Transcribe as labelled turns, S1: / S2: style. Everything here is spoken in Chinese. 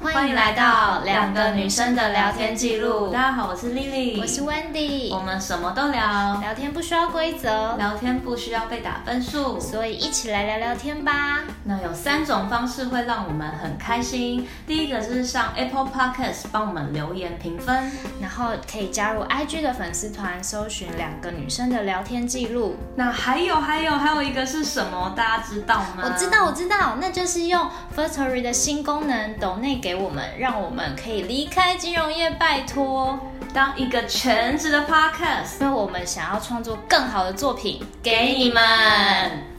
S1: 来到两个女生的聊天记录。大家好，我是 Lily，
S2: 我是 Wendy，
S1: 我们什么都聊，
S2: 聊天不需要规则，
S1: 聊天不需要被打分数。
S2: 所以一起来聊聊天吧。
S1: 那有三种方式会让我们很开心，第一个是上 Apple Podcast 帮我们留言评分，
S2: 然后可以加入 IG 的粉丝团，搜寻两个女生的聊天记录。
S1: 那还有还有还有一个是什么？大家知道吗？
S2: 我知道，我知道，那就是用 Firstory 的新功能抖内给我们，让我们可以离开金融业，拜托。
S1: 当一个全职的 Podcast，
S2: 因为我们想要创作更好的作品
S1: 给你们。